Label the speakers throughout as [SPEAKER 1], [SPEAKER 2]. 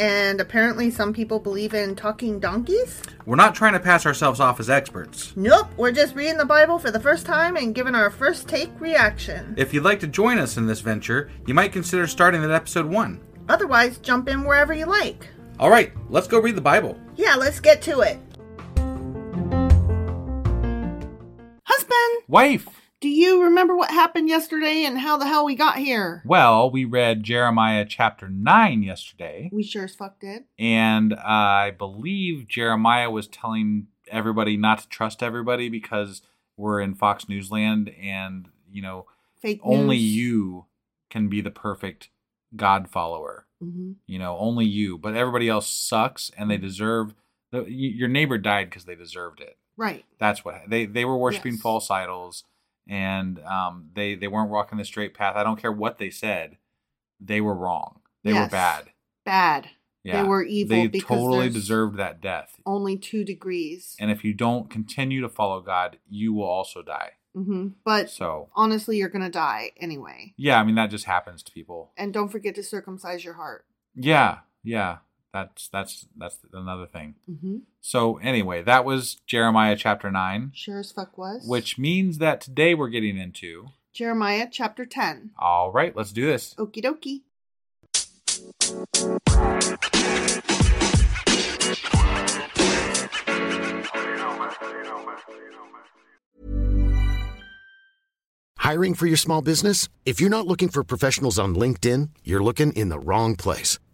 [SPEAKER 1] and apparently some people believe in talking donkeys?
[SPEAKER 2] We're not trying to pass ourselves off as experts.
[SPEAKER 1] Nope, we're just reading the Bible for the first time and giving our first take reaction.
[SPEAKER 2] If you'd like to join us in this venture, you might consider starting at episode 1.
[SPEAKER 1] Otherwise, jump in wherever you like.
[SPEAKER 2] All right, let's go read the Bible.
[SPEAKER 1] Yeah, let's get to it. Husband,
[SPEAKER 2] Wife!
[SPEAKER 1] do you remember what happened yesterday and how the hell we got here?
[SPEAKER 2] Well, we read Jeremiah chapter 9 yesterday,
[SPEAKER 1] We sure as fuck did.
[SPEAKER 2] and I believe Jeremiah was telling everybody not to trust everybody because we're in Fox Newsland and, you know,
[SPEAKER 1] Fake
[SPEAKER 2] only
[SPEAKER 1] news.
[SPEAKER 2] you can be the perfect God follower.
[SPEAKER 1] Mhm.
[SPEAKER 2] You know, only you, but everybody else sucks and they
[SPEAKER 1] Mm-hmm.
[SPEAKER 2] deserve the, y- your neighbor died because they deserved it.
[SPEAKER 1] Right.
[SPEAKER 2] That's what they they were worshiping
[SPEAKER 1] Yes.
[SPEAKER 2] false idols, and um, they they weren't walking the straight path. I don't care what they said, they were wrong. They were
[SPEAKER 1] Yes.
[SPEAKER 2] bad.
[SPEAKER 1] Bad.
[SPEAKER 2] Yeah,
[SPEAKER 1] They were evil
[SPEAKER 2] They
[SPEAKER 1] because
[SPEAKER 2] totally
[SPEAKER 1] there's
[SPEAKER 2] deserved that death.
[SPEAKER 1] only two degrees.
[SPEAKER 2] And if you don't continue to follow God, you will also die.
[SPEAKER 1] hmm But
[SPEAKER 2] So
[SPEAKER 1] honestly, you're going to die anyway.
[SPEAKER 2] yeah, I mean that just happens to people.
[SPEAKER 1] And don't forget to circumcise your heart.
[SPEAKER 2] Yeah, yeah. That's that's that's another thing.
[SPEAKER 1] Mm-hmm.
[SPEAKER 2] So anyway, that was Jeremiah chapter nine,
[SPEAKER 1] Sure as fuck was.
[SPEAKER 2] which means that today we're getting into.
[SPEAKER 1] Jeremiah chapter 10.
[SPEAKER 2] All right, let's do this.
[SPEAKER 1] Okie dokie.
[SPEAKER 3] Hiring for your small business? If you're not looking for professionals on LinkedIn, you're looking in the wrong place.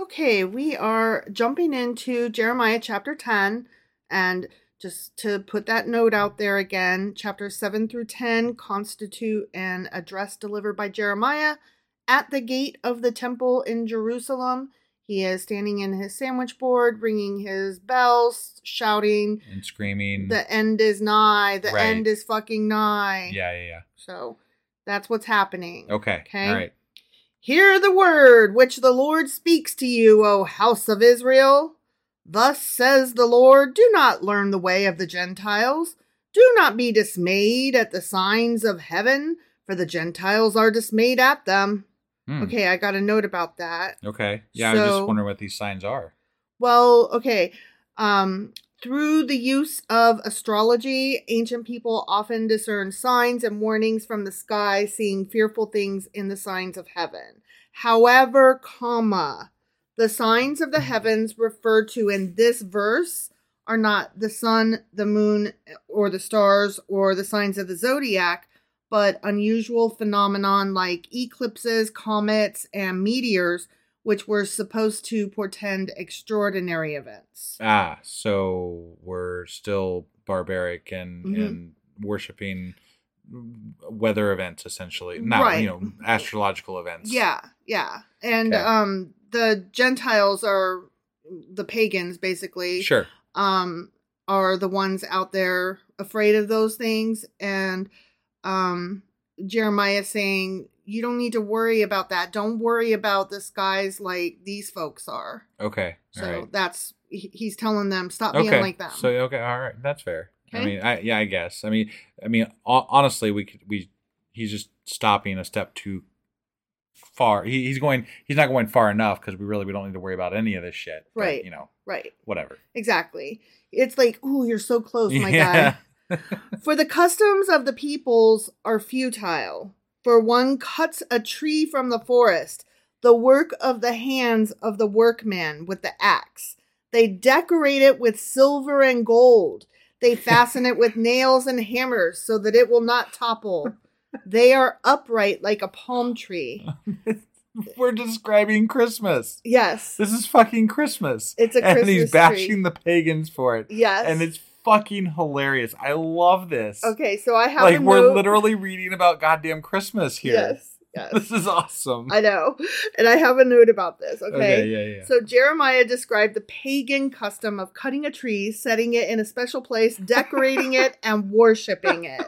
[SPEAKER 1] Okay, we are jumping into Jeremiah chapter 10. And just to put that note out there again, chapters 7 through 10 constitute an address delivered by Jeremiah at the gate of the temple in Jerusalem. He is standing in his sandwich board, ringing his bells, shouting,
[SPEAKER 2] and screaming.
[SPEAKER 1] The end is nigh. The
[SPEAKER 2] Mm. Right.
[SPEAKER 1] end is fucking nigh.
[SPEAKER 2] yeah, yeah,
[SPEAKER 1] So that's what's happening.
[SPEAKER 2] yeah. Okay.
[SPEAKER 1] Okay.
[SPEAKER 2] All right.
[SPEAKER 1] Hear the word which the Lord speaks to you, O house of Israel. Thus says the Lord Do not learn the way of the Gentiles. Do not be dismayed at the signs of heaven, for the Gentiles are dismayed at them.
[SPEAKER 2] Hmm.
[SPEAKER 1] Okay, I got a note about that.
[SPEAKER 2] Okay. Yeah, I was
[SPEAKER 1] So-
[SPEAKER 2] just wondering what these signs are.
[SPEAKER 1] Well, okay. Um, through the use of astrology, ancient people often discern signs and warnings from the sky, seeing fearful things in the signs of heaven. However, comma, the signs of the heavens referred to in this verse are not the sun, the moon, or the stars, or the signs of the zodiac, but unusual phenomenon like eclipses, comets, and meteors, which were supposed to portend extraordinary events.
[SPEAKER 2] Ah, so we're still barbaric and
[SPEAKER 1] Mhm.
[SPEAKER 2] and worshiping weather events essentially, not
[SPEAKER 1] Right.
[SPEAKER 2] you know astrological events.
[SPEAKER 1] Yeah, yeah. And
[SPEAKER 2] Okay.
[SPEAKER 1] um the Gentiles are the pagans basically.
[SPEAKER 2] Sure.
[SPEAKER 1] Um are the ones out there afraid of those things and um Jeremiah saying you don't need to worry about that. Don't worry about the skies like these folks are.
[SPEAKER 2] Okay. All
[SPEAKER 1] So
[SPEAKER 2] right.
[SPEAKER 1] that's he- he's telling them stop
[SPEAKER 2] okay.
[SPEAKER 1] being like them.
[SPEAKER 2] So okay, all right, that's fair. I
[SPEAKER 1] Okay.
[SPEAKER 2] mean, I, yeah, I guess. I mean, I mean, ho- honestly, we could we he's just stopping a step too far. He, he's going. He's not going far enough because we really we don't need to worry about any of this shit. But,
[SPEAKER 1] Right.
[SPEAKER 2] you know,
[SPEAKER 1] right.
[SPEAKER 2] whatever.
[SPEAKER 1] Exactly. It's like, "Ooh, you're so close, Oh my guy."
[SPEAKER 2] yeah.
[SPEAKER 1] For the customs of the peoples are futile. For one cuts a tree from the forest, the work of the hands of the workman with the axe. They decorate it with silver and gold. They fasten it with nails and hammers so that it will not topple. They are upright like a palm tree.
[SPEAKER 2] We're describing Christmas.
[SPEAKER 1] Yes.
[SPEAKER 2] This is fucking Christmas.
[SPEAKER 1] It's a
[SPEAKER 2] and he's
[SPEAKER 1] Christmas
[SPEAKER 2] bashing
[SPEAKER 1] tree.
[SPEAKER 2] the pagans for it.
[SPEAKER 1] Yes.
[SPEAKER 2] and it's fucking hilarious. I love this.
[SPEAKER 1] Okay, so I have
[SPEAKER 2] like
[SPEAKER 1] a
[SPEAKER 2] we're
[SPEAKER 1] note-
[SPEAKER 2] literally reading about goddamn Christmas here.
[SPEAKER 1] Yes. Yes.
[SPEAKER 2] This is awesome.
[SPEAKER 1] I know. And I have a note about this. Okay.
[SPEAKER 2] yeah, yeah.
[SPEAKER 1] So Jeremiah described the pagan custom of cutting a tree, setting it in a special place, decorating it, and worshiping it.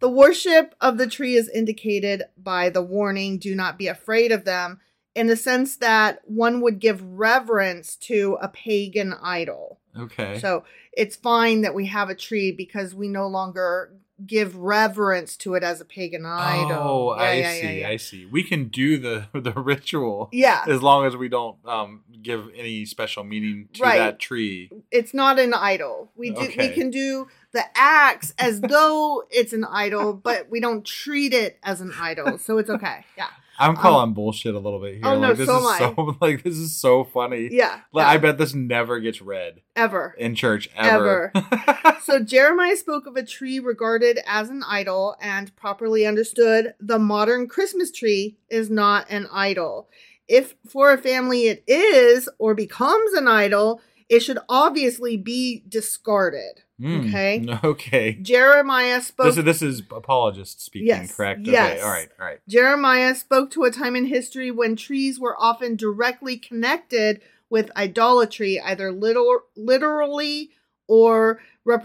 [SPEAKER 1] The worship of the tree is indicated by the warning do not be afraid of them, in the sense that one would give reverence to a pagan idol.
[SPEAKER 2] okay.
[SPEAKER 1] So it's fine that we have a tree because we no longer give reverence to it as a pagan idol.
[SPEAKER 2] oh,
[SPEAKER 1] Yeah,
[SPEAKER 2] I
[SPEAKER 1] yeah, yeah,
[SPEAKER 2] see.
[SPEAKER 1] yeah.
[SPEAKER 2] I see. We can do the the ritual.
[SPEAKER 1] Yeah.
[SPEAKER 2] As long as we don't um, give any special meaning to
[SPEAKER 1] Right.
[SPEAKER 2] that tree.
[SPEAKER 1] it's not an idol. We do we
[SPEAKER 2] Okay.
[SPEAKER 1] can do the acts as though it's an idol, but we don't treat it as an idol. So it's okay. Yeah.
[SPEAKER 2] I'm calling bullshit a little bit here.
[SPEAKER 1] Um, oh, no,
[SPEAKER 2] like this
[SPEAKER 1] so
[SPEAKER 2] is
[SPEAKER 1] am I.
[SPEAKER 2] so like this is so funny.
[SPEAKER 1] Yeah.
[SPEAKER 2] Like,
[SPEAKER 1] yeah.
[SPEAKER 2] I bet this never gets read
[SPEAKER 1] ever.
[SPEAKER 2] in church ever.
[SPEAKER 1] so Jeremiah spoke of a tree regarded as an idol and properly understood, the modern Christmas tree is not an idol. If for a family it is or becomes an idol, it should obviously be discarded.
[SPEAKER 2] Mm,
[SPEAKER 1] Okay.
[SPEAKER 2] Okay.
[SPEAKER 1] Jeremiah spoke
[SPEAKER 2] This is this is apologist speaking,
[SPEAKER 1] Yes,
[SPEAKER 2] correct?
[SPEAKER 1] yes.
[SPEAKER 2] Okay. All right. All right.
[SPEAKER 1] Jeremiah spoke to a time in history when trees were often directly connected with idolatry, either little, literally or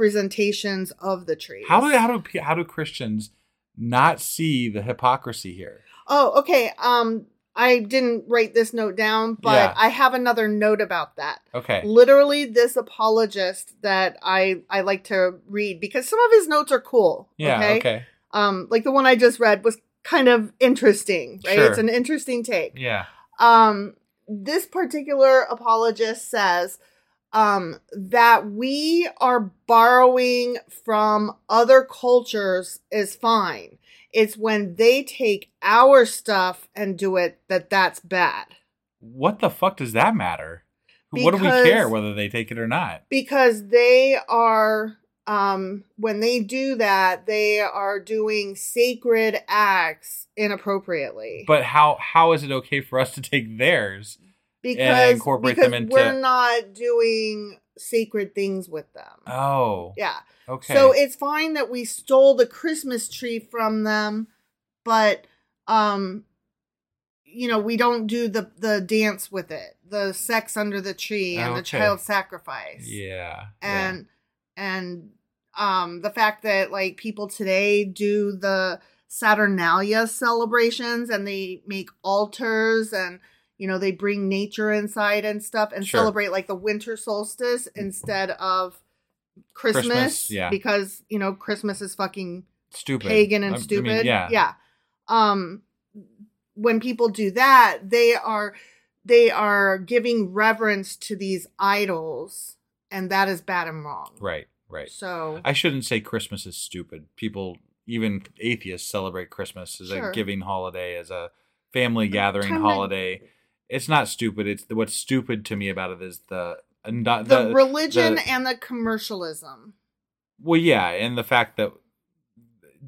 [SPEAKER 1] representations of the trees.
[SPEAKER 2] How do how do pe- how do Christians not see the hypocrisy here?
[SPEAKER 1] Oh, okay. Um, I didn't write this note down, but
[SPEAKER 2] Yeah.
[SPEAKER 1] I have another note about that.
[SPEAKER 2] Okay.
[SPEAKER 1] Literally, this apologist that I I like to read because some of his notes are cool.
[SPEAKER 2] Yeah.
[SPEAKER 1] Okay.
[SPEAKER 2] Okay.
[SPEAKER 1] Um, like the one I just read was kind of interesting. Right.
[SPEAKER 2] Sure.
[SPEAKER 1] It's an interesting take.
[SPEAKER 2] Yeah.
[SPEAKER 1] um this particular apologist says um that we are borrowing from other cultures is fine it's when they take our stuff and do it that that's bad
[SPEAKER 2] What the fuck does that matter? what do we
[SPEAKER 1] Because-
[SPEAKER 2] care whether they take it or not?
[SPEAKER 1] because they are um when they do that they are doing sacred acts inappropriately
[SPEAKER 2] But how how is it okay for us to take theirs?
[SPEAKER 1] because,
[SPEAKER 2] incorporate
[SPEAKER 1] because
[SPEAKER 2] them into-
[SPEAKER 1] we're not doing sacred things with them
[SPEAKER 2] Oh.
[SPEAKER 1] yeah
[SPEAKER 2] Okay.
[SPEAKER 1] So it's fine that we stole the Christmas tree from them, but um you know, we don't do the the dance with it, the sex under the tree and the
[SPEAKER 2] Okay.
[SPEAKER 1] child sacrifice,
[SPEAKER 2] Yeah.
[SPEAKER 1] and and um the fact that like people today do the Saturnalia celebrations and they make altars and you know they bring nature inside and stuff and
[SPEAKER 2] Sure.
[SPEAKER 1] celebrate like the winter solstice instead of Christmas,
[SPEAKER 2] Christmas, yeah.
[SPEAKER 1] because you know Christmas is fucking
[SPEAKER 2] yeah. stupid.
[SPEAKER 1] pagan
[SPEAKER 2] I-
[SPEAKER 1] and
[SPEAKER 2] I mean,
[SPEAKER 1] stupid.
[SPEAKER 2] yeah.
[SPEAKER 1] Yeah. Um when people do that, they are they are giving reverence to these idols and that is bad and wrong.
[SPEAKER 2] Right. Right.
[SPEAKER 1] So
[SPEAKER 2] I shouldn't say Christmas is stupid. People, even atheists, celebrate Christmas as
[SPEAKER 1] Sure.
[SPEAKER 2] a giving holiday, as a family gathering
[SPEAKER 1] Time to-
[SPEAKER 2] holiday. It's not stupid. It's what's stupid to me about it is the and the,
[SPEAKER 1] the, religion
[SPEAKER 2] the-
[SPEAKER 1] and the commercialism.
[SPEAKER 2] well, yeah, and the fact that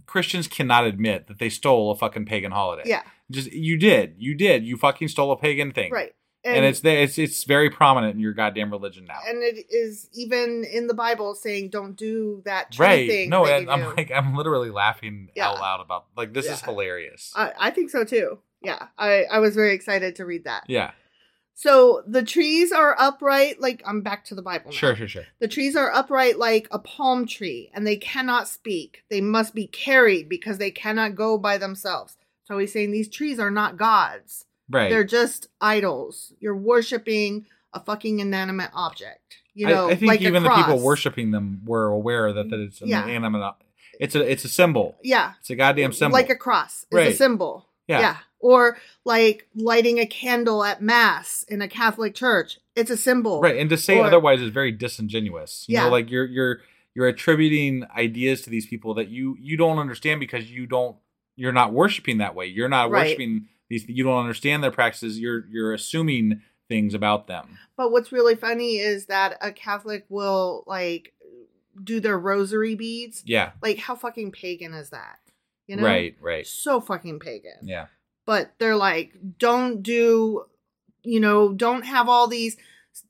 [SPEAKER 2] Christians cannot admit that they stole a fucking pagan holiday.
[SPEAKER 1] Yeah.
[SPEAKER 2] just you did, you did, you fucking stole a pagan thing,
[SPEAKER 1] Right.
[SPEAKER 2] And, it's there. It's it's very prominent in your goddamn religion now.
[SPEAKER 1] and it is even in the Bible saying don't do that tree
[SPEAKER 2] right?
[SPEAKER 1] thing.
[SPEAKER 2] no,
[SPEAKER 1] that
[SPEAKER 2] and
[SPEAKER 1] you
[SPEAKER 2] I'm
[SPEAKER 1] do.
[SPEAKER 2] like I'm literally laughing
[SPEAKER 1] Yeah.
[SPEAKER 2] out loud about like this is
[SPEAKER 1] Yeah. Uh,
[SPEAKER 2] hilarious.
[SPEAKER 1] I, I think so too. Yeah. I, I was very excited to read that.
[SPEAKER 2] yeah,
[SPEAKER 1] So the trees are upright, like I'm back to the Bible. now.
[SPEAKER 2] sure, sure, sure.
[SPEAKER 1] The trees are upright like a palm tree, and they cannot speak. They must be carried because they cannot go by themselves. So he's saying these trees are not gods.
[SPEAKER 2] Right.
[SPEAKER 1] They're just idols. You're worshiping a fucking inanimate object. You
[SPEAKER 2] I-
[SPEAKER 1] know,
[SPEAKER 2] I, think
[SPEAKER 1] like a
[SPEAKER 2] even the people
[SPEAKER 1] cross.
[SPEAKER 2] worshiping them were aware that, that it's an
[SPEAKER 1] Yeah.
[SPEAKER 2] animate. It's a it's a symbol.
[SPEAKER 1] Yeah.
[SPEAKER 2] It's a goddamn symbol.
[SPEAKER 1] Like a cross. It's
[SPEAKER 2] Right.
[SPEAKER 1] a symbol.
[SPEAKER 2] Yeah.
[SPEAKER 1] Or like lighting a candle at mass in a Catholic church. It's a symbol.
[SPEAKER 2] right, and to say
[SPEAKER 1] Or-
[SPEAKER 2] otherwise is very disingenuous. You
[SPEAKER 1] Yeah.
[SPEAKER 2] know, like you're you're you're attributing ideas to these people that you you don't understand because you don't you're not worshiping that way. You're not
[SPEAKER 1] Right.
[SPEAKER 2] worshiping these. You don't understand their practices. You're you're assuming things about them.
[SPEAKER 1] But what's really funny is that a Catholic will like do their rosary beads.
[SPEAKER 2] Yeah.
[SPEAKER 1] Like how fucking pagan is that? You know?
[SPEAKER 2] Right. Right.
[SPEAKER 1] So fucking pagan.
[SPEAKER 2] Yeah.
[SPEAKER 1] But they're like don't do you know, don't have all these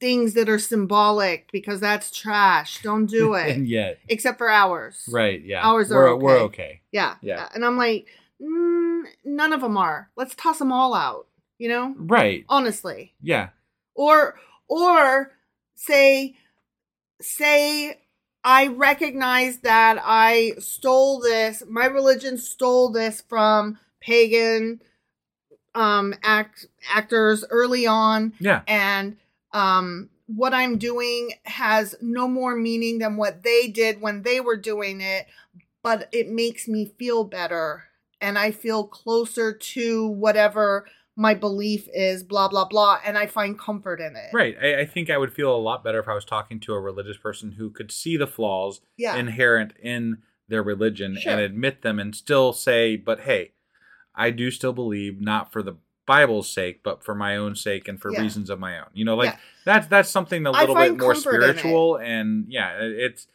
[SPEAKER 1] things that are symbolic because that's trash. Don't do
[SPEAKER 2] and
[SPEAKER 1] it.
[SPEAKER 2] yet,
[SPEAKER 1] Except for ours.
[SPEAKER 2] right? Yeah.
[SPEAKER 1] Ours
[SPEAKER 2] we're,
[SPEAKER 1] are
[SPEAKER 2] We're
[SPEAKER 1] okay.
[SPEAKER 2] okay.
[SPEAKER 1] Yeah. Uh,
[SPEAKER 2] Yeah.
[SPEAKER 1] And I'm like mm, none of them are. Let's toss them all out, you know?
[SPEAKER 2] Right.
[SPEAKER 1] Honestly
[SPEAKER 2] Yeah.
[SPEAKER 1] or or say say i recognize that i stole this my religion stole this from pagan um act actors early on
[SPEAKER 2] Yeah.
[SPEAKER 1] and um what i'm doing has no more meaning than what they did when they were doing it but it makes me feel better and i feel closer to whatever my belief is blah blah blah and i find comfort in it
[SPEAKER 2] Right. I, I think I would feel a lot better if I was talking to a religious person who could see the flaws
[SPEAKER 1] Yeah.
[SPEAKER 2] inherent in their religion
[SPEAKER 1] Sure.
[SPEAKER 2] and admit them and still say, but hey, I do still believe not for the Bible's sake, but for my own sake and for
[SPEAKER 1] Yeah.
[SPEAKER 2] reasons of my own. You know, like
[SPEAKER 1] Yeah.
[SPEAKER 2] that's that's something a
[SPEAKER 1] I
[SPEAKER 2] little bit
[SPEAKER 1] find
[SPEAKER 2] more
[SPEAKER 1] comfort in it.
[SPEAKER 2] spiritual and yeah, it- it's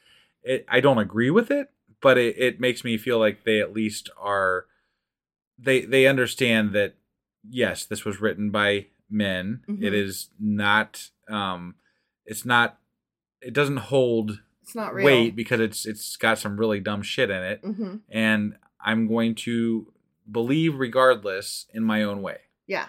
[SPEAKER 2] it, I don't agree with it, but it, it makes me feel like they at least are they they understand that yes, this was written by men. It
[SPEAKER 1] Mhm.
[SPEAKER 2] is not um it's not it doesn't hold
[SPEAKER 1] it's not real
[SPEAKER 2] weight because it's it's got some really dumb shit in it
[SPEAKER 1] hmm
[SPEAKER 2] and I'm going to believe regardless in my own way.
[SPEAKER 1] yeah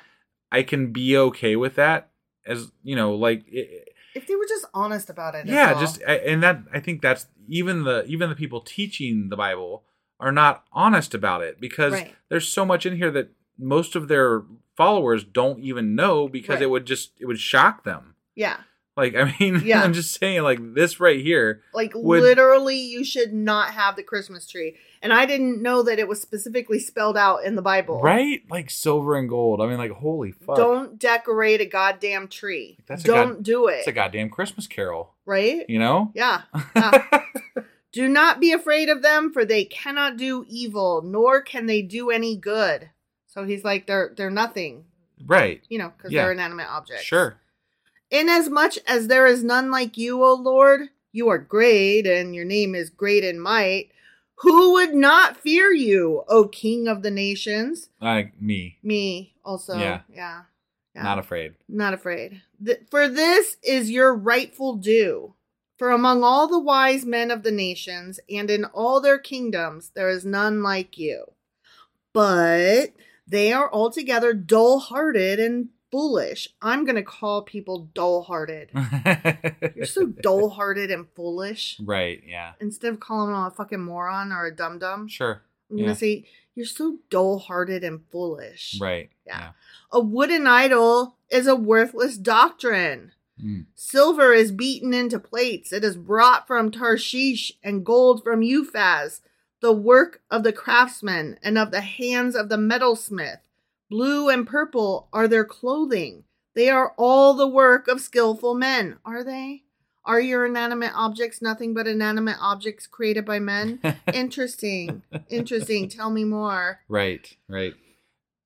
[SPEAKER 2] I can be okay with that as you know like it,
[SPEAKER 1] if they were just honest about it that's
[SPEAKER 2] yeah
[SPEAKER 1] all.
[SPEAKER 2] just I- and that i think that's even the even the people teaching the bible are not honest about it because
[SPEAKER 1] Right.
[SPEAKER 2] there's so much in here that most of their followers don't even know because
[SPEAKER 1] Right.
[SPEAKER 2] it would just it would shock them
[SPEAKER 1] yeah
[SPEAKER 2] like i mean
[SPEAKER 1] Yeah.
[SPEAKER 2] i'm just saying like this right here
[SPEAKER 1] Like
[SPEAKER 2] would-
[SPEAKER 1] literally, you should not have the Christmas tree. And I didn't know that it was specifically spelled out in the Bible.
[SPEAKER 2] right like silver and gold i mean like holy fuck
[SPEAKER 1] Don't decorate a goddamn tree.
[SPEAKER 2] That's a
[SPEAKER 1] Don't
[SPEAKER 2] god-
[SPEAKER 1] do it.
[SPEAKER 2] it's a goddamn christmas carol
[SPEAKER 1] right?
[SPEAKER 2] you know
[SPEAKER 1] Yeah. Yeah. do not be afraid of them, for they cannot do evil, nor can they do any good. So he's like, they're they're nothing,
[SPEAKER 2] right
[SPEAKER 1] you know, because
[SPEAKER 2] Yeah.
[SPEAKER 1] they're inanimate objects.
[SPEAKER 2] sure
[SPEAKER 1] Inasmuch as there is none like you, O Lord, you are great, and your name is great in might. Who would not fear you, O King of the nations?
[SPEAKER 2] like me
[SPEAKER 1] Me also.
[SPEAKER 2] Yeah.
[SPEAKER 1] Yeah. Yeah.
[SPEAKER 2] not afraid
[SPEAKER 1] Not afraid. Th- for this is your rightful due. For among all the wise men of the nations and in all their kingdoms, there is none like you. But They are altogether dull hearted and foolish. I'm going to call people dull hearted. You're so dull hearted and foolish.
[SPEAKER 2] Right. Yeah.
[SPEAKER 1] Instead of calling them a fucking moron or a dum dum,
[SPEAKER 2] Sure.
[SPEAKER 1] I'm going
[SPEAKER 2] Yeah.
[SPEAKER 1] to say, You're so dull hearted and foolish.
[SPEAKER 2] Right.
[SPEAKER 1] Yeah. A wooden idol is a worthless doctrine.
[SPEAKER 2] Mm.
[SPEAKER 1] Silver is beaten into plates. It is brought from Tarshish and gold from Euphaz, the work of the craftsman and of the hands of the metalsmith. Blue and purple are their clothing. They are all the work of skillful men, are they? Are your inanimate objects nothing but inanimate objects created by men? Interesting. Interesting. Tell me more.
[SPEAKER 2] Right. Right.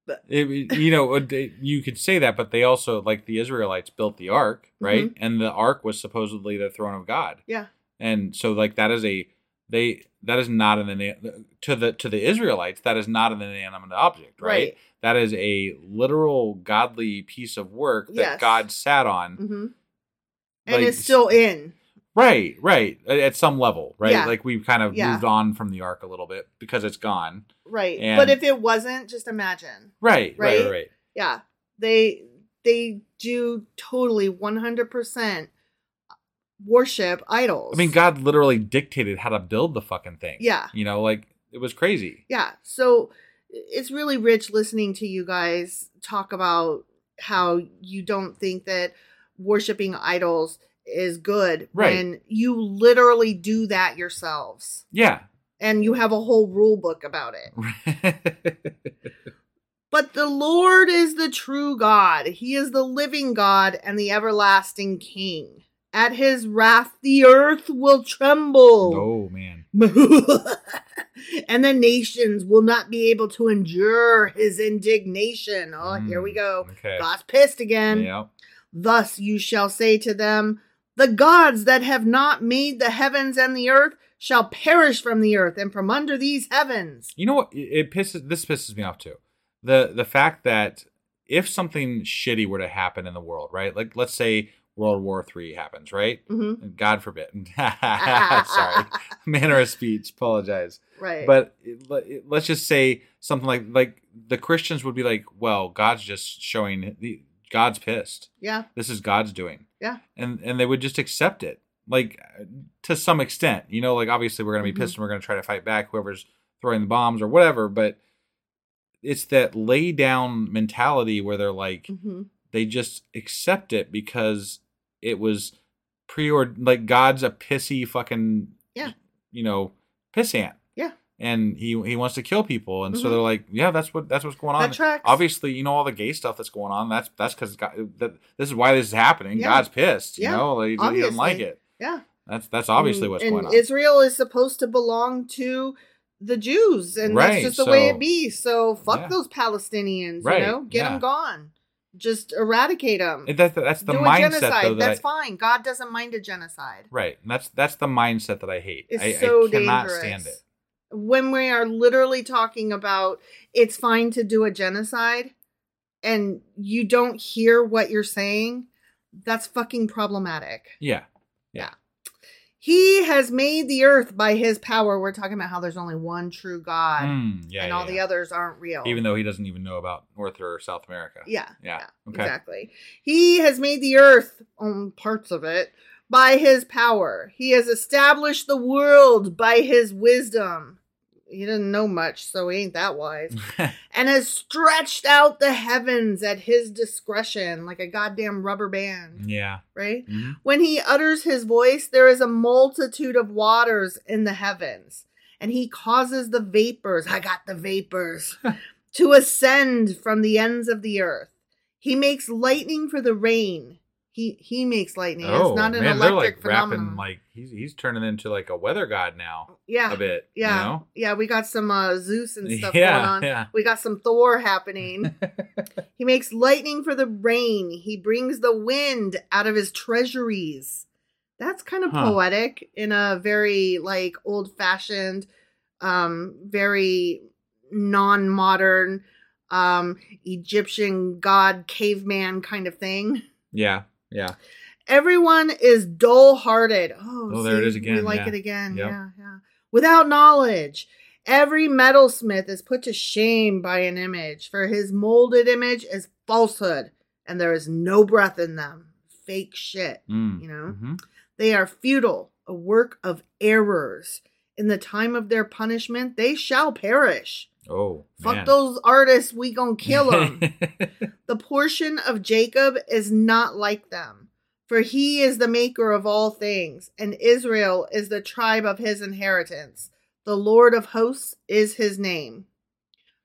[SPEAKER 1] But-
[SPEAKER 2] It- you know, uh, they, you could say that, but they also like the Israelites built the ark, right? And the ark was supposedly the throne of God.
[SPEAKER 1] Mm-hmm. Yeah.
[SPEAKER 2] and so like that is a they that is not an inan- to the to the israelites that is not an inanimate object right,
[SPEAKER 1] Right.
[SPEAKER 2] that is a literal godly piece of work that
[SPEAKER 1] Yes.
[SPEAKER 2] god sat on
[SPEAKER 1] hmm And
[SPEAKER 2] Like-
[SPEAKER 1] it's still in.
[SPEAKER 2] right right at, at some level right
[SPEAKER 1] Yeah.
[SPEAKER 2] like we've kind of
[SPEAKER 1] Yeah.
[SPEAKER 2] moved on from the ark a little bit because it's gone
[SPEAKER 1] Right.
[SPEAKER 2] And-
[SPEAKER 1] but if it wasn't, just imagine.
[SPEAKER 2] right right right,
[SPEAKER 1] Right. Yeah. They they do totally 100% worship idols.
[SPEAKER 2] i mean god literally dictated how to build the fucking thing
[SPEAKER 1] Yeah.
[SPEAKER 2] you know like it was crazy
[SPEAKER 1] Yeah. So it's really rich listening to you guys talk about how you don't think that worshiping idols is good
[SPEAKER 2] Right.
[SPEAKER 1] when you literally do that yourselves
[SPEAKER 2] yeah
[SPEAKER 1] and you have a whole rule book about it. But the Lord is the true God. He is the living God and the everlasting King. At his wrath, the earth will tremble,
[SPEAKER 2] oh man
[SPEAKER 1] and the nations will not be able to endure his indignation. Oh, here we
[SPEAKER 2] Mm,
[SPEAKER 1] go.
[SPEAKER 2] okay.
[SPEAKER 1] God's pissed again.
[SPEAKER 2] yeah
[SPEAKER 1] Thus you shall say to them, The gods that have not made the heavens and the earth shall perish from the earth and from under these heavens.
[SPEAKER 2] You know what? It it pisses. This pisses me off too. The the fact that if something shitty were to happen in the world, right? Like let's say World War Three happens, right?
[SPEAKER 1] Mhm.
[SPEAKER 2] And God forbid. Sorry, manner of speech. Apologize.
[SPEAKER 1] Right.
[SPEAKER 2] But it- le- it- let's just say something like like the Christians would be like, well, God's just showing the God's pissed.
[SPEAKER 1] yeah,
[SPEAKER 2] This is God's doing,
[SPEAKER 1] yeah,
[SPEAKER 2] and and they would just accept it, like to some extent. You know, like obviously we're gonna
[SPEAKER 1] Mm-hmm.
[SPEAKER 2] be pissed and we're gonna try to fight back. Whoever's throwing the bombs or whatever, but it's that lay down mentality where they're like
[SPEAKER 1] hmm
[SPEAKER 2] they just accept it because it was preord like God's a pissy fucking
[SPEAKER 1] Yeah.
[SPEAKER 2] you know pissant
[SPEAKER 1] yeah.
[SPEAKER 2] and he he wants to kill people and so
[SPEAKER 1] Mhm.
[SPEAKER 2] they're like yeah that's what that's what's going on
[SPEAKER 1] That tracks.
[SPEAKER 2] obviously you know all the gay stuff that's going on that's that's because that, this is why this is happening
[SPEAKER 1] Yeah.
[SPEAKER 2] God's pissed you
[SPEAKER 1] Yeah,
[SPEAKER 2] know like, he doesn't like
[SPEAKER 1] obviously.
[SPEAKER 2] it
[SPEAKER 1] Yeah.
[SPEAKER 2] that's that's obviously
[SPEAKER 1] and,
[SPEAKER 2] what's
[SPEAKER 1] and
[SPEAKER 2] going on
[SPEAKER 1] Israel is supposed to belong to the Jews, and
[SPEAKER 2] Right,
[SPEAKER 1] that's just the way
[SPEAKER 2] so-
[SPEAKER 1] it be. So fuck
[SPEAKER 2] Yeah.
[SPEAKER 1] those Palestinians,
[SPEAKER 2] Right,
[SPEAKER 1] you know, get
[SPEAKER 2] yeah.
[SPEAKER 1] them gone, just eradicate them.
[SPEAKER 2] And that, that's the
[SPEAKER 1] Do a
[SPEAKER 2] mindset
[SPEAKER 1] genocide.
[SPEAKER 2] though that
[SPEAKER 1] that's
[SPEAKER 2] I-
[SPEAKER 1] fine. God doesn't mind a genocide.
[SPEAKER 2] Right. And that's that's the mindset that I hate.
[SPEAKER 1] It's
[SPEAKER 2] I,
[SPEAKER 1] so
[SPEAKER 2] I cannot
[SPEAKER 1] dangerous.
[SPEAKER 2] stand it.
[SPEAKER 1] When we are literally talking about it's fine to do a genocide, and you don't hear what you're saying, that's fucking problematic.
[SPEAKER 2] Yeah.
[SPEAKER 1] He has made the earth by his power. We're talking about how there's only one true God
[SPEAKER 2] Mm, yeah. yeah,
[SPEAKER 1] and all the
[SPEAKER 2] yeah.
[SPEAKER 1] others aren't real.
[SPEAKER 2] Even though he doesn't even know about North or South America.
[SPEAKER 1] Yeah.
[SPEAKER 2] Yeah. Okay.
[SPEAKER 1] Exactly. He has made the earth, um, parts of it, by his power. He has established the world by his wisdom. He doesn't know much, so he ain't that wise. and has stretched out the heavens at his discretion like a goddamn rubber band
[SPEAKER 2] Yeah.
[SPEAKER 1] right?
[SPEAKER 2] Mhm.
[SPEAKER 1] When he utters his voice, there is a multitude of waters in the heavens, and he causes the vapors, I got the vapors, to ascend from the ends of the earth. He makes lightning for the rain. He he makes lightning.
[SPEAKER 2] Oh,
[SPEAKER 1] it's not an electric phenomenon.
[SPEAKER 2] rapping like he's he's turning into like a weather god now.
[SPEAKER 1] yeah.
[SPEAKER 2] a bit, you
[SPEAKER 1] Yeah.
[SPEAKER 2] know?
[SPEAKER 1] Yeah, we got some uh, Zeus and stuff
[SPEAKER 2] Yeah,
[SPEAKER 1] going on.
[SPEAKER 2] yeah.
[SPEAKER 1] We got some Thor happening. he makes lightning for the rain. He brings the wind out of his treasuries. That's kind of
[SPEAKER 2] Huh.
[SPEAKER 1] poetic in a very like old fashioned, um, very non modern um Egyptian god caveman kind of thing.
[SPEAKER 2] Yeah. Yeah.
[SPEAKER 1] Everyone is dull hearted. Oh,
[SPEAKER 2] Oh, there it
[SPEAKER 1] see,
[SPEAKER 2] is again,
[SPEAKER 1] We like
[SPEAKER 2] yeah.
[SPEAKER 1] it again.
[SPEAKER 2] Yep.
[SPEAKER 1] Yeah, yeah. Without knowledge. Every metalsmith is put to shame by an image, for his molded image is falsehood, and there is no breath in them. Fake shit,
[SPEAKER 2] Mm.
[SPEAKER 1] you know?
[SPEAKER 2] Mhm.
[SPEAKER 1] They are futile, a work of errors. In the time of their punishment, they shall perish.
[SPEAKER 2] Oh, man.
[SPEAKER 1] Fuck those artists, we gonna kill them. the portion of Jacob is not like them, for he is the maker of all things, and Israel is the tribe of his inheritance. The Lord of hosts is his name.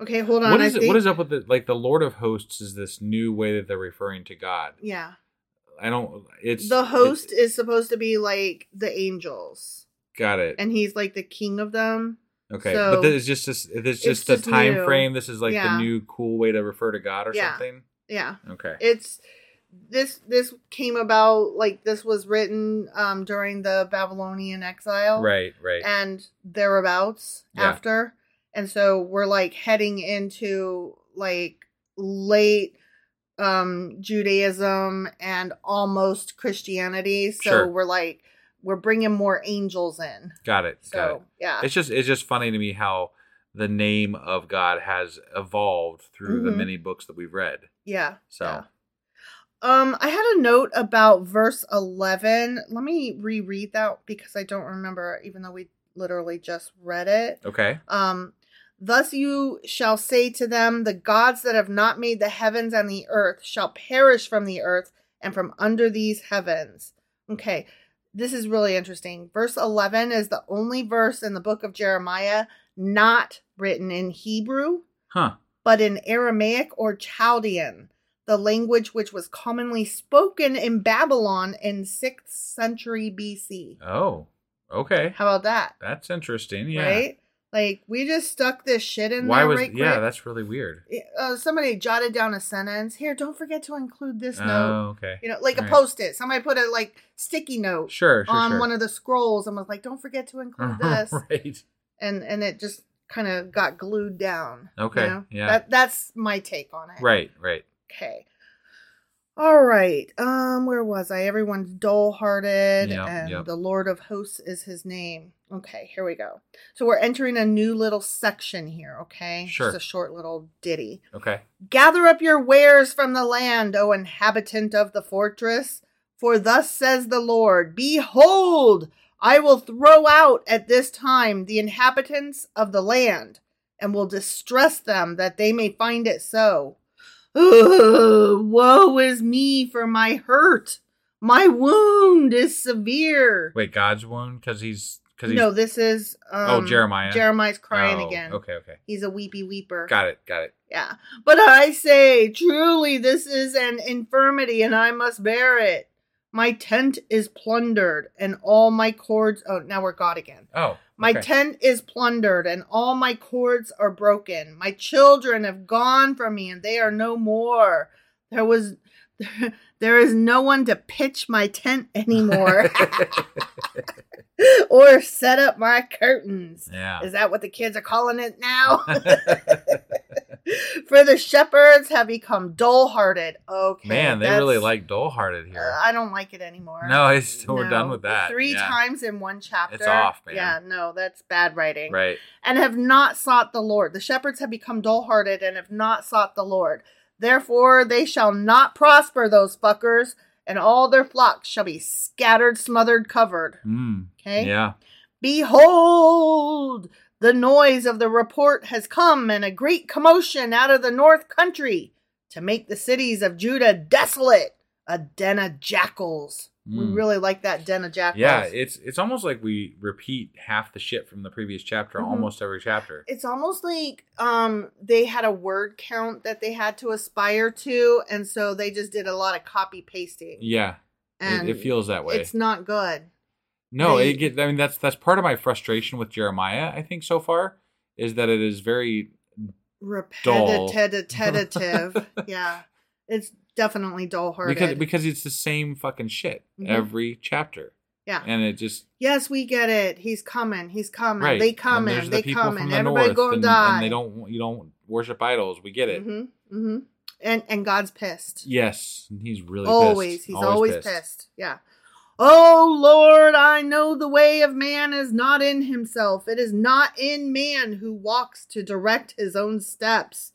[SPEAKER 1] Okay, hold on.
[SPEAKER 2] what
[SPEAKER 1] I
[SPEAKER 2] is it,
[SPEAKER 1] think,
[SPEAKER 2] what is up with the like the Lord of Hosts is this new way that they're referring to God?
[SPEAKER 1] Yeah.
[SPEAKER 2] I don't. It's
[SPEAKER 1] the host
[SPEAKER 2] it-
[SPEAKER 1] is supposed to be like the angels,
[SPEAKER 2] got it.
[SPEAKER 1] and he's like the king of them.
[SPEAKER 2] okay,
[SPEAKER 1] so-
[SPEAKER 2] but this is just this. This is
[SPEAKER 1] It's
[SPEAKER 2] just the
[SPEAKER 1] just
[SPEAKER 2] time
[SPEAKER 1] new.
[SPEAKER 2] frame. This is like
[SPEAKER 1] Yeah.
[SPEAKER 2] the new cool way to refer to God or
[SPEAKER 1] Yeah.
[SPEAKER 2] something.
[SPEAKER 1] Yeah.
[SPEAKER 2] Okay.
[SPEAKER 1] it's this this came about like this was written um during the babylonian exile
[SPEAKER 2] right. Right.
[SPEAKER 1] and thereabouts
[SPEAKER 2] Yeah.
[SPEAKER 1] after and so we're like heading into like late um judaism and almost christianity so
[SPEAKER 2] Sure.
[SPEAKER 1] we're like we're bringing more angels in
[SPEAKER 2] got it.
[SPEAKER 1] so
[SPEAKER 2] got it.
[SPEAKER 1] yeah
[SPEAKER 2] It's just it's just funny to me how the name of God has evolved through the
[SPEAKER 1] Mhm.
[SPEAKER 2] many books that we've read.
[SPEAKER 1] yeah
[SPEAKER 2] So
[SPEAKER 1] yeah. Um, I had a note about verse 11. Let me reread that because I don't remember, even though we literally just read it.
[SPEAKER 2] okay.
[SPEAKER 1] Um, thus you shall say to them, The gods that have not made the heavens and the earth shall perish from the earth and from under these heavens. Okay, this is really interesting. Verse 11 is the only verse in the book of Jeremiah not written in Hebrew
[SPEAKER 2] Huh.
[SPEAKER 1] but in Aramaic or Chaldean, the language which was commonly spoken in Babylon in 6th century BC.
[SPEAKER 2] Oh. Okay.
[SPEAKER 1] How about that?
[SPEAKER 2] That's interesting. Yeah.
[SPEAKER 1] Right? Like, we just stuck this shit in
[SPEAKER 2] Why
[SPEAKER 1] there
[SPEAKER 2] was
[SPEAKER 1] right
[SPEAKER 2] yeah?
[SPEAKER 1] quick.
[SPEAKER 2] That's really weird.
[SPEAKER 1] Uh, somebody jotted down a sentence. Here, don't forget to include this note.
[SPEAKER 2] Oh, okay.
[SPEAKER 1] You know, like a
[SPEAKER 2] Right.
[SPEAKER 1] post it. Somebody put a like sticky note
[SPEAKER 2] Sure. Sure.
[SPEAKER 1] on
[SPEAKER 2] sure.
[SPEAKER 1] one of the scrolls and was like, don't forget to include this.
[SPEAKER 2] right.
[SPEAKER 1] And and it just kind of got glued down. you
[SPEAKER 2] Okay,
[SPEAKER 1] know?
[SPEAKER 2] yeah.
[SPEAKER 1] That, that's my take on it.
[SPEAKER 2] Right. Right.
[SPEAKER 1] Okay. All right. Um, where was I? Everyone's dull hearted
[SPEAKER 2] Yep,
[SPEAKER 1] and
[SPEAKER 2] yep.
[SPEAKER 1] the Lord of hosts is his name. Okay, here we go. So we're entering a new little section here, okay?
[SPEAKER 2] Sure.
[SPEAKER 1] Just a short little ditty.
[SPEAKER 2] Okay.
[SPEAKER 1] Gather up your wares from the land, O inhabitant of the fortress, for thus says the Lord Behold, I will throw out at this time the inhabitants of the land, and will distress them that they may find it so. Ugh, woe is me for my hurt! My wound is severe.
[SPEAKER 2] Wait, God's wound because he's because he's
[SPEAKER 1] No, this is um,
[SPEAKER 2] Oh, Jeremiah.
[SPEAKER 1] Jeremiah's crying
[SPEAKER 2] Oh,
[SPEAKER 1] again.
[SPEAKER 2] Okay. Okay.
[SPEAKER 1] He's a weepy weeper.
[SPEAKER 2] Got it. Got it.
[SPEAKER 1] Yeah. But I say, truly, this is an infirmity, and I must bear it. My tent is plundered, and all my cords. Oh, now we're God again.
[SPEAKER 2] Oh.
[SPEAKER 1] My
[SPEAKER 2] okay.
[SPEAKER 1] tent is plundered, and all my cords are broken. My children have gone from me, and they are no more. There was. There is no one to pitch my tent anymore or set up my curtains.
[SPEAKER 2] Yeah.
[SPEAKER 1] Is that what the kids are calling it now? For the shepherds have become dull hearted. Okay.
[SPEAKER 2] Man, they
[SPEAKER 1] that's-
[SPEAKER 2] really like dull-hearted
[SPEAKER 1] Uh,
[SPEAKER 2] here.
[SPEAKER 1] I don't like it anymore.
[SPEAKER 2] no, it's we're
[SPEAKER 1] No.
[SPEAKER 2] done with that.
[SPEAKER 1] Three
[SPEAKER 2] Yeah.
[SPEAKER 1] times in one chapter.
[SPEAKER 2] off, man.
[SPEAKER 1] Yeah, no, that's bad writing.
[SPEAKER 2] Right.
[SPEAKER 1] And have not sought the Lord. The shepherds have become dull hearted and have not sought the Lord. Therefore, they shall not prosper, those fuckers, and all their flocks shall be scattered, smothered, covered.
[SPEAKER 2] Mm.
[SPEAKER 1] Okay?
[SPEAKER 2] Yeah.
[SPEAKER 1] Behold, the noise of the report has come, and a great commotion out of the north country to make the cities of Judah desolate, a den of jackals. We
[SPEAKER 2] Mm.
[SPEAKER 1] really like that den of jackals.
[SPEAKER 2] Yeah. It's it's almost like we repeat half the shit from the previous chapter
[SPEAKER 1] Mhm.
[SPEAKER 2] almost every chapter.
[SPEAKER 1] it's almost like um they had a word count that they had to aspire to, and so they just did a lot of copy pasting.
[SPEAKER 2] yeah. It,
[SPEAKER 1] And
[SPEAKER 2] it feels that way.
[SPEAKER 1] It's not good.
[SPEAKER 2] No,
[SPEAKER 1] They-
[SPEAKER 2] it get, I mean that's that's part of my frustration with Jeremiah. I think so far is that it is very
[SPEAKER 1] Repetitive. yeah. It's definitely dull hearted.
[SPEAKER 2] because because it's the same fucking shit
[SPEAKER 1] Mhm.
[SPEAKER 2] every chapter,
[SPEAKER 1] yeah.
[SPEAKER 2] and it just
[SPEAKER 1] Yes, we get it. He's coming. He's coming.
[SPEAKER 2] right.
[SPEAKER 1] They
[SPEAKER 2] And
[SPEAKER 1] coming.
[SPEAKER 2] there's
[SPEAKER 1] they
[SPEAKER 2] people
[SPEAKER 1] coming.
[SPEAKER 2] from the
[SPEAKER 1] Everybody
[SPEAKER 2] north,
[SPEAKER 1] gonna
[SPEAKER 2] and,
[SPEAKER 1] die.
[SPEAKER 2] And they don't you don't worship idols. We get it.
[SPEAKER 1] hmm hmm And and God's pissed.
[SPEAKER 2] Yes, and he's really
[SPEAKER 1] always.
[SPEAKER 2] pissed.
[SPEAKER 1] He's always, pissed. Yeah. Oh Lord, I know the way of man is not in himself. It is not in man who walks to direct his own steps.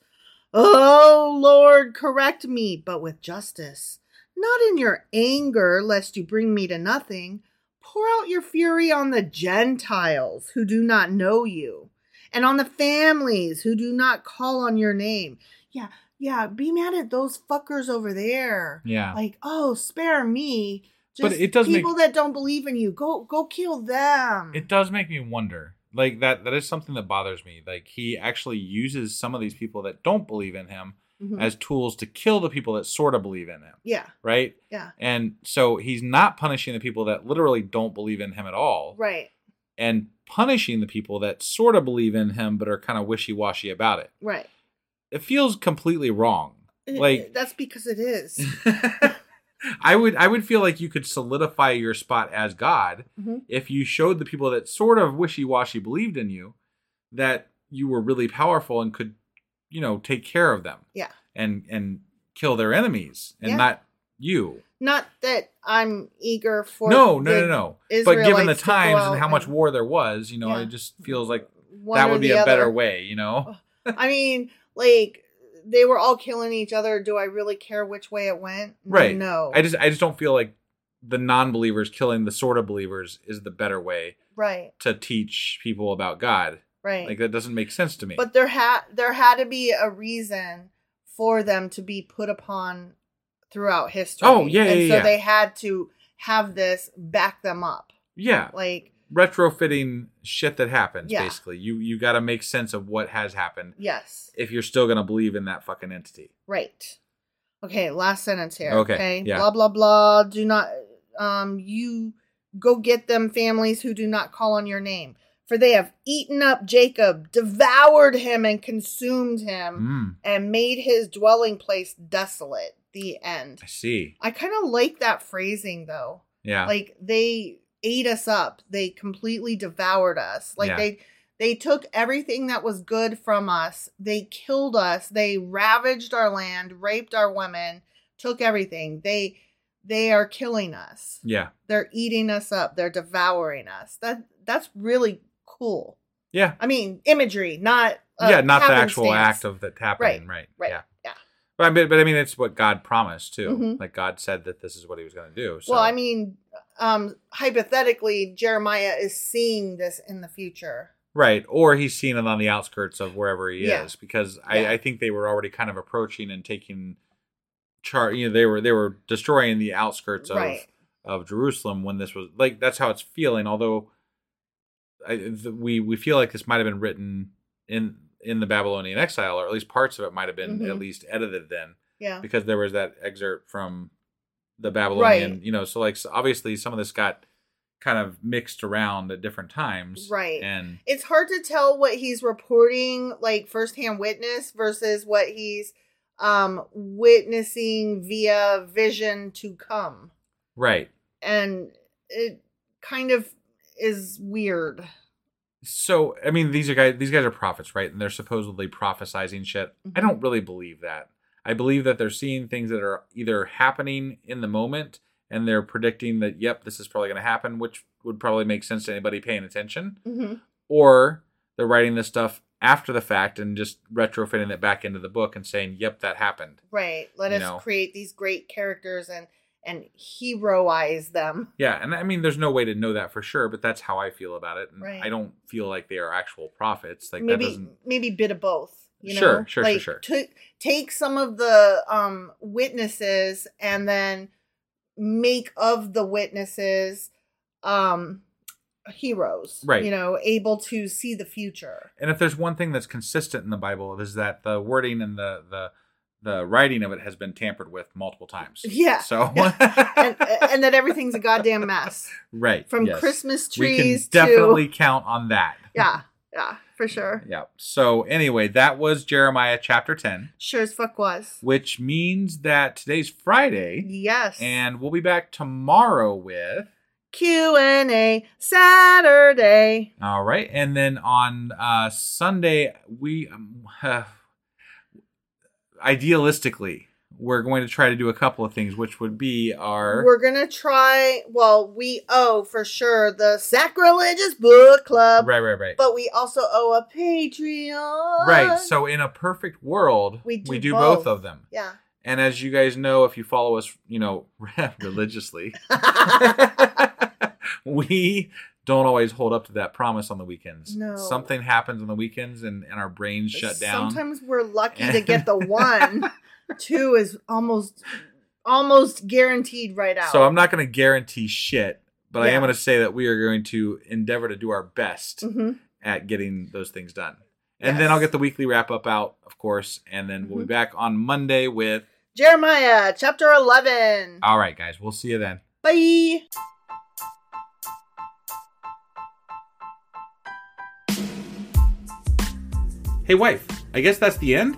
[SPEAKER 1] Oh Lord, correct me, but with justice. Not in your anger, lest you bring me to nothing. Pour out your fury on the Gentiles who do not know you, and on the families who do not call on your name. Yeah, yeah, be mad at those fuckers over there.
[SPEAKER 2] Yeah.
[SPEAKER 1] Like, oh, spare me.
[SPEAKER 2] But
[SPEAKER 1] Just
[SPEAKER 2] it does make-
[SPEAKER 1] people that don't believe in you, go go kill them.
[SPEAKER 2] It does make me wonder. Like that that is something that bothers me. Like he actually uses some of these people that don't believe in him
[SPEAKER 1] Mhm.
[SPEAKER 2] as tools to kill the people that sort of believe in him,
[SPEAKER 1] yeah,
[SPEAKER 2] right?
[SPEAKER 1] yeah,
[SPEAKER 2] And so he's not punishing the people that literally don't believe in him at all,
[SPEAKER 1] right,
[SPEAKER 2] and punishing the people that sort of believe in him but are kind of wishy-washy about it.
[SPEAKER 1] right. Uh,
[SPEAKER 2] It feels completely wrong. Like
[SPEAKER 1] that's because it is.
[SPEAKER 2] I would I would feel like you could solidify your spot as God
[SPEAKER 1] Mm-hmm.
[SPEAKER 2] if you showed the people that sort of wishy-washy believed in you that you were really powerful and could, you know, take care of them
[SPEAKER 1] yeah,
[SPEAKER 2] and and kill their enemies and
[SPEAKER 1] Yeah.
[SPEAKER 2] not you.
[SPEAKER 1] not that I'm eager for.
[SPEAKER 2] no, no,
[SPEAKER 1] the
[SPEAKER 2] no, no. But given the
[SPEAKER 1] Israelites to go
[SPEAKER 2] times
[SPEAKER 1] out
[SPEAKER 2] and how much
[SPEAKER 1] and-
[SPEAKER 2] war there was, you know,
[SPEAKER 1] Yeah.
[SPEAKER 2] it just feels like
[SPEAKER 1] One
[SPEAKER 2] that
[SPEAKER 1] or
[SPEAKER 2] would be
[SPEAKER 1] the
[SPEAKER 2] a better
[SPEAKER 1] other. Oh,
[SPEAKER 2] way, you know.
[SPEAKER 1] I mean, like they were all killing each other. Do I really care which way it went?
[SPEAKER 2] Right.
[SPEAKER 1] No.
[SPEAKER 2] I just I just don't feel like the non-believers killing the sort of believers is the better way
[SPEAKER 1] right.
[SPEAKER 2] to teach people about God.
[SPEAKER 1] Right.
[SPEAKER 2] Like that doesn't make sense to me.
[SPEAKER 1] But there had there had to be a reason for them to be put upon throughout history.
[SPEAKER 2] Oh, yeah,
[SPEAKER 1] And
[SPEAKER 2] yeah,
[SPEAKER 1] so
[SPEAKER 2] yeah.
[SPEAKER 1] they had to have this back them up.
[SPEAKER 2] yeah,
[SPEAKER 1] Like
[SPEAKER 2] retrofitting shit that happens
[SPEAKER 1] Yeah.
[SPEAKER 2] basically. You you got to make sense of what has happened
[SPEAKER 1] yes,
[SPEAKER 2] if you're still going to believe in that fucking entity.
[SPEAKER 1] right. Okay, last sentence here.
[SPEAKER 2] Okay,
[SPEAKER 1] Okay.
[SPEAKER 2] yeah.
[SPEAKER 1] Blah blah blah. Do not um you go get them families who do not call on your name. For they have eaten up Jacob, devoured him and consumed him,
[SPEAKER 2] Mm,
[SPEAKER 1] and made his dwelling place desolate. The end.
[SPEAKER 2] Hmm, I see.
[SPEAKER 1] I kind of like that phrasing though.
[SPEAKER 2] Yeah.
[SPEAKER 1] Like they ate us up. They completely devoured us. Like
[SPEAKER 2] Yeah.
[SPEAKER 1] they they took everything that was good from us. They killed us. They ravaged our land, raped our women, took everything. They they are killing us.
[SPEAKER 2] yeah.
[SPEAKER 1] They're eating us up. They're devouring us. That that's really cool.
[SPEAKER 2] Yeah.
[SPEAKER 1] I mean, imagery, not uh,
[SPEAKER 2] yeah, not the actual
[SPEAKER 1] happenstance.
[SPEAKER 2] act of that happening, right?
[SPEAKER 1] Right, right,
[SPEAKER 2] Yeah.
[SPEAKER 1] yeah.
[SPEAKER 2] But I mean, but I mean, it's what God promised too.
[SPEAKER 1] Mhm.
[SPEAKER 2] Like God said that this is what He was going to do. So.
[SPEAKER 1] Well, I mean, um, hypothetically, Jeremiah is seeing this in the future.
[SPEAKER 2] right? Or He's seen it on the outskirts of wherever He
[SPEAKER 1] Yeah.
[SPEAKER 2] is, because
[SPEAKER 1] Yeah.
[SPEAKER 2] I, I think they were already kind of approaching and taking charge. You know, they were they were destroying the outskirts of
[SPEAKER 1] Right.
[SPEAKER 2] of Jerusalem when this was like that's how it's feeling. Although I, th- we we feel like this might have been written in in the Babylonian exile, or at least parts of it might have been
[SPEAKER 1] Mhm.
[SPEAKER 2] at least edited then.
[SPEAKER 1] Yeah.
[SPEAKER 2] because there was that excerpt from the Babylonian,
[SPEAKER 1] Right.
[SPEAKER 2] you know. So like so obviously some of this got kind of mixed around at different times,
[SPEAKER 1] Right.
[SPEAKER 2] And
[SPEAKER 1] It's hard to tell what he's reporting, like firsthand witness, versus what he's um, witnessing via vision to come.
[SPEAKER 2] right.
[SPEAKER 1] And it kind of is weird.
[SPEAKER 2] So I mean, these are guys. These guys are prophets, right? And they're supposedly prophesizing shit. I
[SPEAKER 1] Mm-hmm.
[SPEAKER 2] don't really believe that. I believe that they're seeing things that are either happening in the moment and they're predicting that, yep, this is probably going to happen, which would probably make sense to anybody paying attention,
[SPEAKER 1] Mm-hmm.
[SPEAKER 2] or they're writing this stuff after the fact and just retrofitting it back into the book and saying, yep, that happened.
[SPEAKER 1] Right. Let
[SPEAKER 2] You
[SPEAKER 1] us
[SPEAKER 2] know.
[SPEAKER 1] create these great characters and and heroize them.
[SPEAKER 2] Yeah, and I mean, there's no way to know that for sure, but that's how I feel about it. And
[SPEAKER 1] Right.
[SPEAKER 2] I don't feel like they are actual prophets. Like that
[SPEAKER 1] maybe
[SPEAKER 2] doesn't.
[SPEAKER 1] maybe bit of both. You know?
[SPEAKER 2] Sure, sure, sure,
[SPEAKER 1] Like,
[SPEAKER 2] sure.
[SPEAKER 1] ta- take some of the um, witnesses and then make of the witnesses um, heroes.
[SPEAKER 2] Right.
[SPEAKER 1] You know, able to see the future.
[SPEAKER 2] And if there's one thing that's consistent in the Bible, it is that the wording and the the the writing of it has been tampered with multiple times.
[SPEAKER 1] Yeah.
[SPEAKER 2] So.
[SPEAKER 1] and, and that everything's a goddamn mess.
[SPEAKER 2] right.
[SPEAKER 1] From
[SPEAKER 2] yes.
[SPEAKER 1] Christmas
[SPEAKER 2] we can
[SPEAKER 1] trees
[SPEAKER 2] definitely
[SPEAKER 1] to
[SPEAKER 2] count on that.
[SPEAKER 1] yeah, yeah, for sure.
[SPEAKER 2] Yeah. So anyway, that was Jeremiah chapter ten,
[SPEAKER 1] Sure as fuck was.
[SPEAKER 2] which means that today's Friday,
[SPEAKER 1] Yes.
[SPEAKER 2] and we'll be back tomorrow with.
[SPEAKER 1] Q and A Saturday.
[SPEAKER 2] All right, and then on uh, Sunday we, um, idealistically, we're going to try to do a couple of things, which would be our
[SPEAKER 1] We're gonna try. Well, we owe for sure the sacrilegious book club,
[SPEAKER 2] right, right, right,
[SPEAKER 1] but we also owe a Patreon.
[SPEAKER 2] right. So in a perfect world,
[SPEAKER 1] We
[SPEAKER 2] we
[SPEAKER 1] do
[SPEAKER 2] do, both.
[SPEAKER 1] both.
[SPEAKER 2] of them.
[SPEAKER 1] yeah,
[SPEAKER 2] And as you guys know, if you follow us, you know religiously, we don't always hold up to that promise on the weekends.
[SPEAKER 1] No.
[SPEAKER 2] Something happens on the weekends, and and our brains shut down.
[SPEAKER 1] Sometimes we're lucky to get the one. Two is almost almost guaranteed right out.
[SPEAKER 2] So I'm not going to guarantee shit, but I
[SPEAKER 1] Yeah.
[SPEAKER 2] am going to say that we are going to endeavor to do our best
[SPEAKER 1] Mhm.
[SPEAKER 2] at getting those things done. And
[SPEAKER 1] Yes. Mm-hmm.
[SPEAKER 2] then I'll get the weekly wrap up out, of course, and then we'll be back on Monday with
[SPEAKER 1] Jeremiah chapter eleven.
[SPEAKER 2] All right, guys, we'll see you then.
[SPEAKER 1] Bye.
[SPEAKER 2] Hey wife, I guess that's the end?